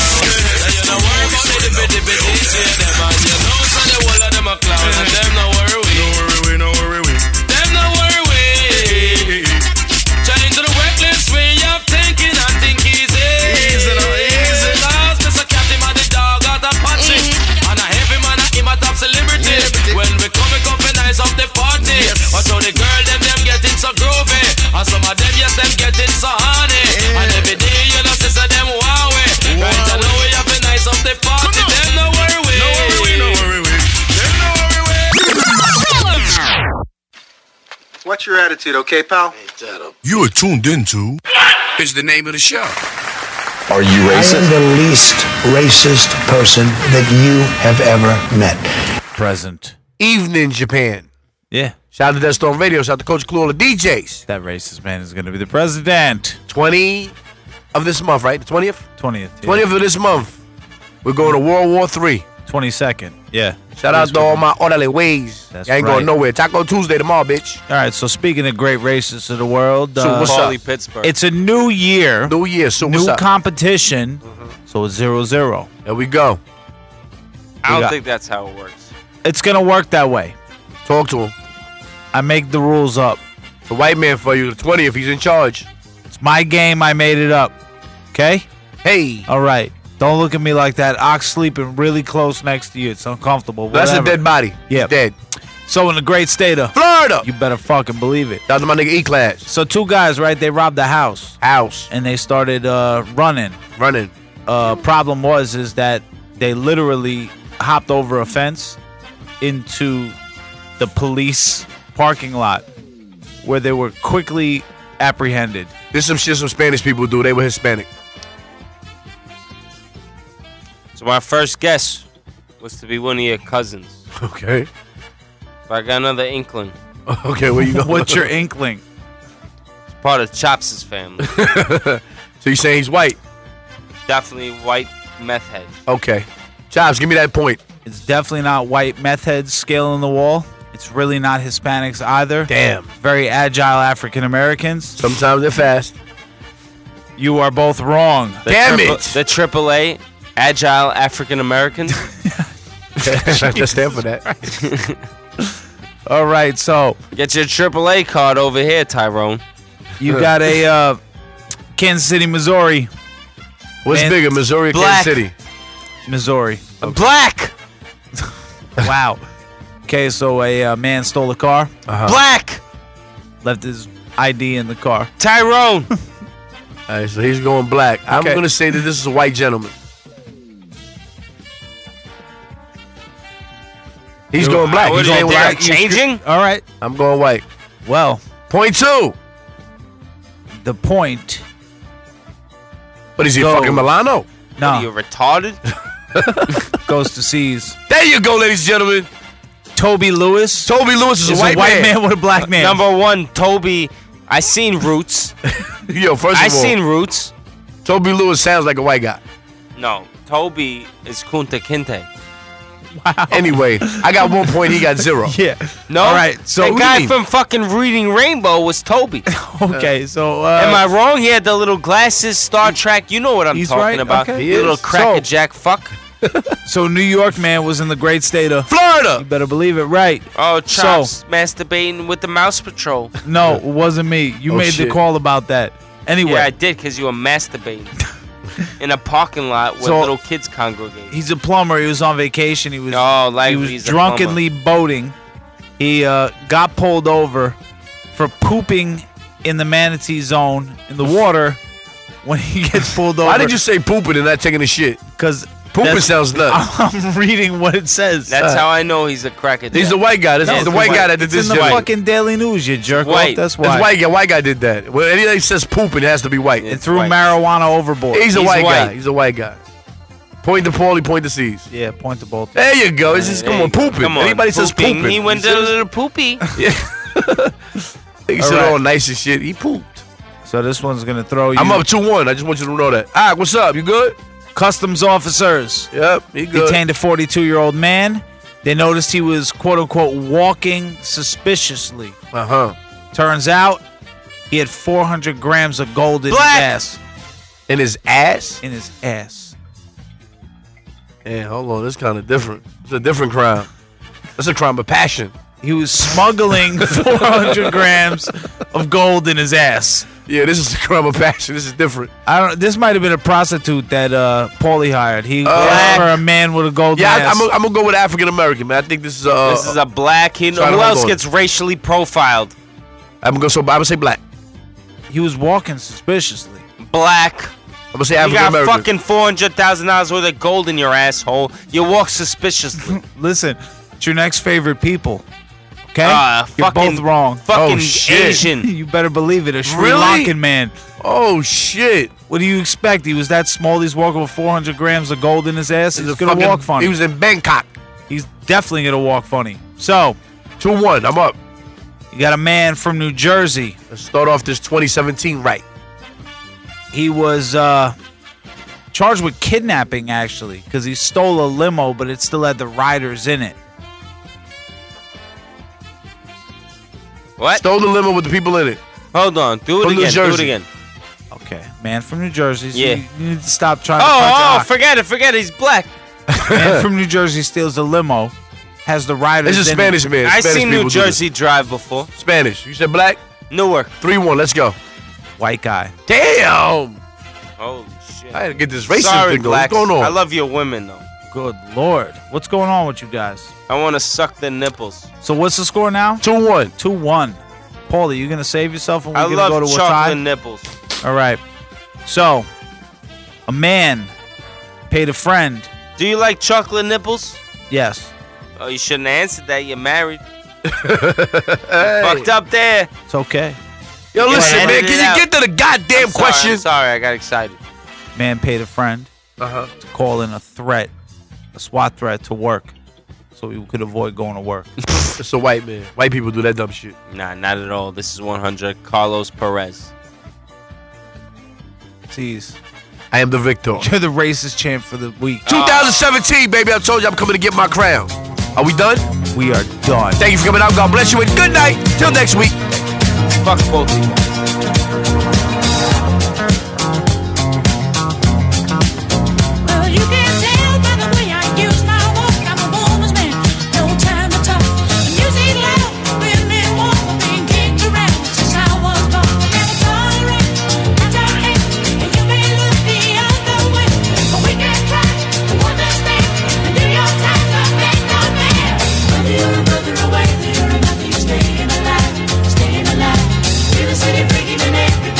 And you know worry about the bitty bitty, see them and you know so the whole of them a clown and them no worry we. No worry we, no worry we. Them no worry we. Turn into the reckless way of thinking and think easy. Easy now, easy. Cause Mr. Cat him a the dog out of Patrick. And a heavy man a him a top celebrity. When we come we come for nice up the party. Watch how the girl them them getting so groovy. And some of them yes them getting so honey. And every day you know sister them wow we. Right now we have a nice up the party. Them no worry we. No worry we, no worry we. What's your attitude, okay, pal? You are tuned into Is the name of the show. Are you I racist? am the least racist person that you have ever met. Present. Evening, Japan. Yeah. Shout out to Death Storm Radio. Shout out to Coach Clue, all the DJs. That racist man is going to be the president. 20 of this month, right? The 20th? 20th. yeah. 20th of this month. We're going to World War Three. 22nd. Yeah. Shout out to all my orderly ways. That's I ain't right. going nowhere. Taco Tuesday tomorrow, bitch. All right, so speaking of great races of the world, uh, So Uh, what's up? Paulie Pittsburgh. It's a new year. New year. So new what's up? Mm-hmm. competition. So it's zero zero. There we go. I We don't got- think that's how it works. It's gonna work that way. Talk to him. I make the rules up. The white man for you, the 20th. He's in charge. It's my game. I made it up. Okay. Hey. All right. Don't look at me like that. Ox sleeping really close next to you. It's uncomfortable. That's a Whatever. dead body. Yeah. Dead. So in the great state of Florida. You better fucking believe it. That was my nigga E class. So two guys, right? They robbed the house. House. And they started uh, running. Running. Uh, problem was is that they literally hopped over a fence into the police parking lot, where they were quickly apprehended. This some shit some Spanish people do. They were Hispanic. So my first guess was to be one of your cousins. Okay. But I got another inkling. Okay, where you going? What's your inkling? It's part of Chops' family. so you saying he's white? Definitely white meth head. Okay. Jobs, give me that point. It's definitely not white meth heads scaling the wall. It's really not Hispanics either. Damn. Very agile African Americans. Sometimes they're fast. You are both wrong. The Damn triple, it. The AAA, agile African Americans. Just stand for that. All right, so Get your AAA card over here, Tyrone. you got a uh, Kansas City, Missouri. What's Man- bigger, Missouri or Black. Kansas City? Missouri. Black, Wow. okay, so a uh, man stole a car, black, left his ID in the car. Tyrone. All right, so he's going black. I'm Okay. going to say that this is a white gentleman. He's Oh, going black. He's going They're white. changing? All right. I'm going white. Well, Point two. the point. But is he Go. fucking Milano? What Are you No, retarded? goes to seize There you go, ladies and gentlemen. Toby Lewis. Toby Lewis is, is a white, man. with a black man. Number one, Toby. I seen Roots. Yo, first of I all, seen Roots. Toby Lewis sounds like a white guy. No, Toby is Kunta Kinte. Anyway, I got one point. He got zero. Yeah. No. All right, so- the What do you guy mean? from fucking Reading Rainbow was Toby. okay, so uh, Am I wrong? He had the little glasses, Star Trek. You know what I'm he's talking right, about. okay. He Little is. crackerjack fuck. so New York man was in the great state of Florida. You better believe it, right? Oh, chops So masturbating with the mouse patrol. no, it wasn't me. You Oh, made shit. the call about that. Anyway, Yeah, I did because you were masturbating in a parking lot where So- little kids congregate. he's a plumber. He was on vacation. He was Oh, like he was he's a drunkenly boating. He uh, got pulled over for pooping in the manatee zone in the water. When he gets pulled over, Why did you say pooping and not taking a shit? Because pooping that's- sounds nuts. I'm reading what it says. That's how I know he's a cracker. uh, He's the white guy. This No, is the it's white guy that did It's this. in the shit. fucking Daily News, you jerk White. off. That's This why. white guy. White guy did that. Well, anything that says pooping has to be white. and threw marijuana overboard. He's a white, guy. He's a white guy. Point to Paulie. Point to C's. Yeah, point to both. There you go. This is There come you on go. pooping. Anybody says pooping. He went to You a Uh, see this? little poopy. He All said right. all nice and shit. He pooped. So this one's gonna throw you. Eh. I'm up two one. I just want you to know that. All right, what's up? You good? Customs officers. Yep, he good. Detained a 42 year old man. They noticed he was quote unquote walking suspiciously. Uh huh. Turns out he had 400 grams of gold in Black. his ass. In his ass? In his ass. Yeah, hold on. This kind of different. It's a different crime. That's a crime of passion. He was smuggling 400 grams of gold in his ass. Yeah, this is a crime of passion. This is different. I don't. This might have been a prostitute that uh Paulie hired. He Uh, asked for a man with a gold Yeah, I, ass. I'm gonna I'm gonna go with African American man. I think this is uh, a. This is a black. You know, Sorry, who hold else on. gets racially profiled? I'm gonna go. So I would say black. he was walking suspiciously. Black. I'm gonna say You African got American. fucking four hundred thousand dollars worth of gold in your asshole. You walk suspiciously. Listen, it's your next favorite people. Okay, Ah, Uh, you're fucking- both wrong. fucking Oh, shit. Asian. you better believe it. A Sri Really? Lankan man. Oh shit! What do you expect? He was that small. He's walking with 400 grams of gold in his ass. He's He's a gonna fucking- walk funny. He was in Bangkok. He's definitely gonna walk funny. So Two one. I'm up. you got a man from New Jersey. Let's start off this 2017 right. he was uh, charged with kidnapping actually because he stole a limo but it still had the riders in it What? Stole the limo with the people in it. Hold on. Do it From New again. Do it Jersey. again. okay man from new jersey so Yeah. you, you need to stop trying Oh, oh, to forget it. Forget it. He's black. oh, man from new jersey steals a limo has the riders This is in Spanish it. man. I Spanish seen New people do this. Jersey drive before. Spanish. You said black. Newark. Three one. Let's go. white guy Damn. Holy shit. I had to get this racist Sorry, thing going. blacks. What's going on? I love your women though. good lord what's going on with you guys I want to suck their nipples. so what's the score now Two one. 2-1 paulie you gonna save yourself and I we're gonna love go to a tie chocolate nipples. all right so a man paid a friend Do you like chocolate nipples? yes Oh, you shouldn't answer that. You're married. Fucked up there. it's okay Yo, Yeah, listen, edit man. it Can you out. get to the goddamn I'm sorry, question? I'm sorry, I got excited. man paid a friend Uh-huh. to call in a threat, a SWAT threat to work, so he could avoid going to work. It's a white man. White people do that dumb shit. Nah, not at all. This is 100 Carlos Perez. Jeez, I am the victor. you're the racist champ for the week. 2017, baby. I told you I'm coming to get my crown. Are we done? We are done. Thank you for coming out. God bless you and good night. Till next week. Fuck both of you. Well, you can tell by the way I use my walk. I'm a woman's man, no time to talk. The music loud, women walk, being kicked around since I was born. I never tolerate, I don't hate, and you may look the other way, but we can try to understand. And do your time to make no man. Whether you're another away, there or another, you're staying alive, staying alive. Feel the city breathing and every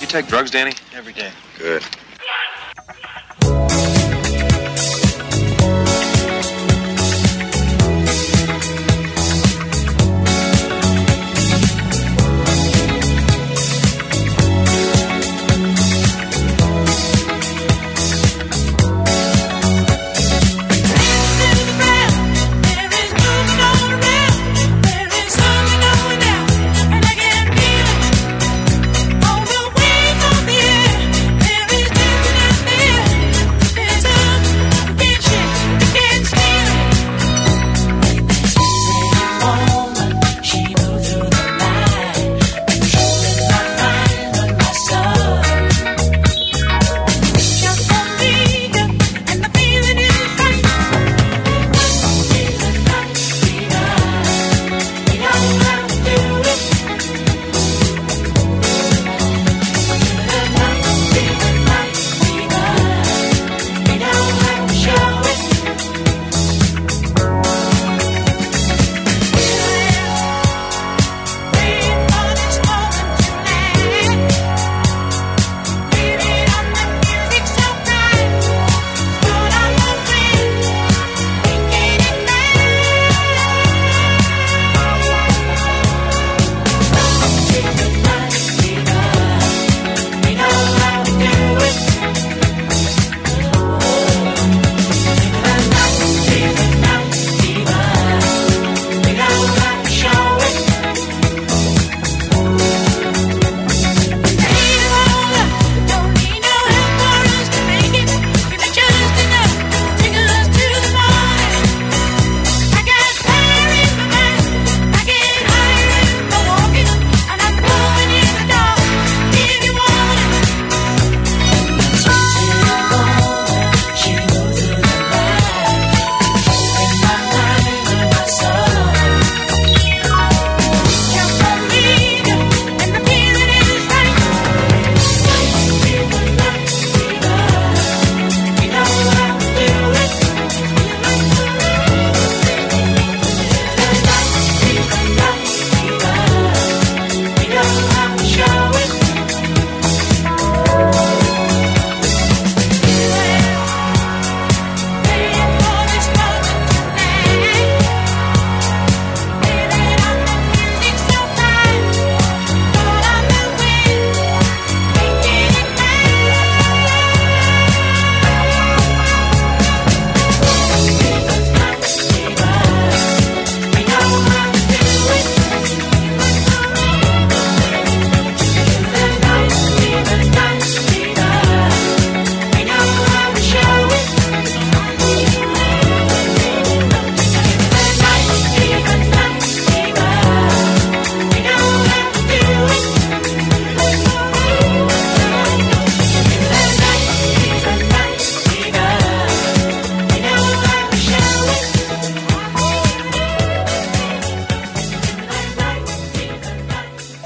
you take drugs, Danny? Every day. Good.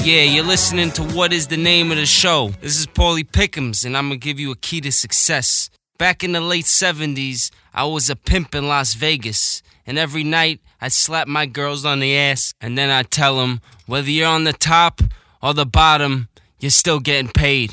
Yeah, you're listening to What is the Name of the Show? This is Paulie Pickums, and I'm gonna give you a key to success. Back in the late 70s, I was a pimp in Las Vegas, and every night I'd slap my girls on the ass, and then I'd tell them whether you're on the top or the bottom, you're still getting paid.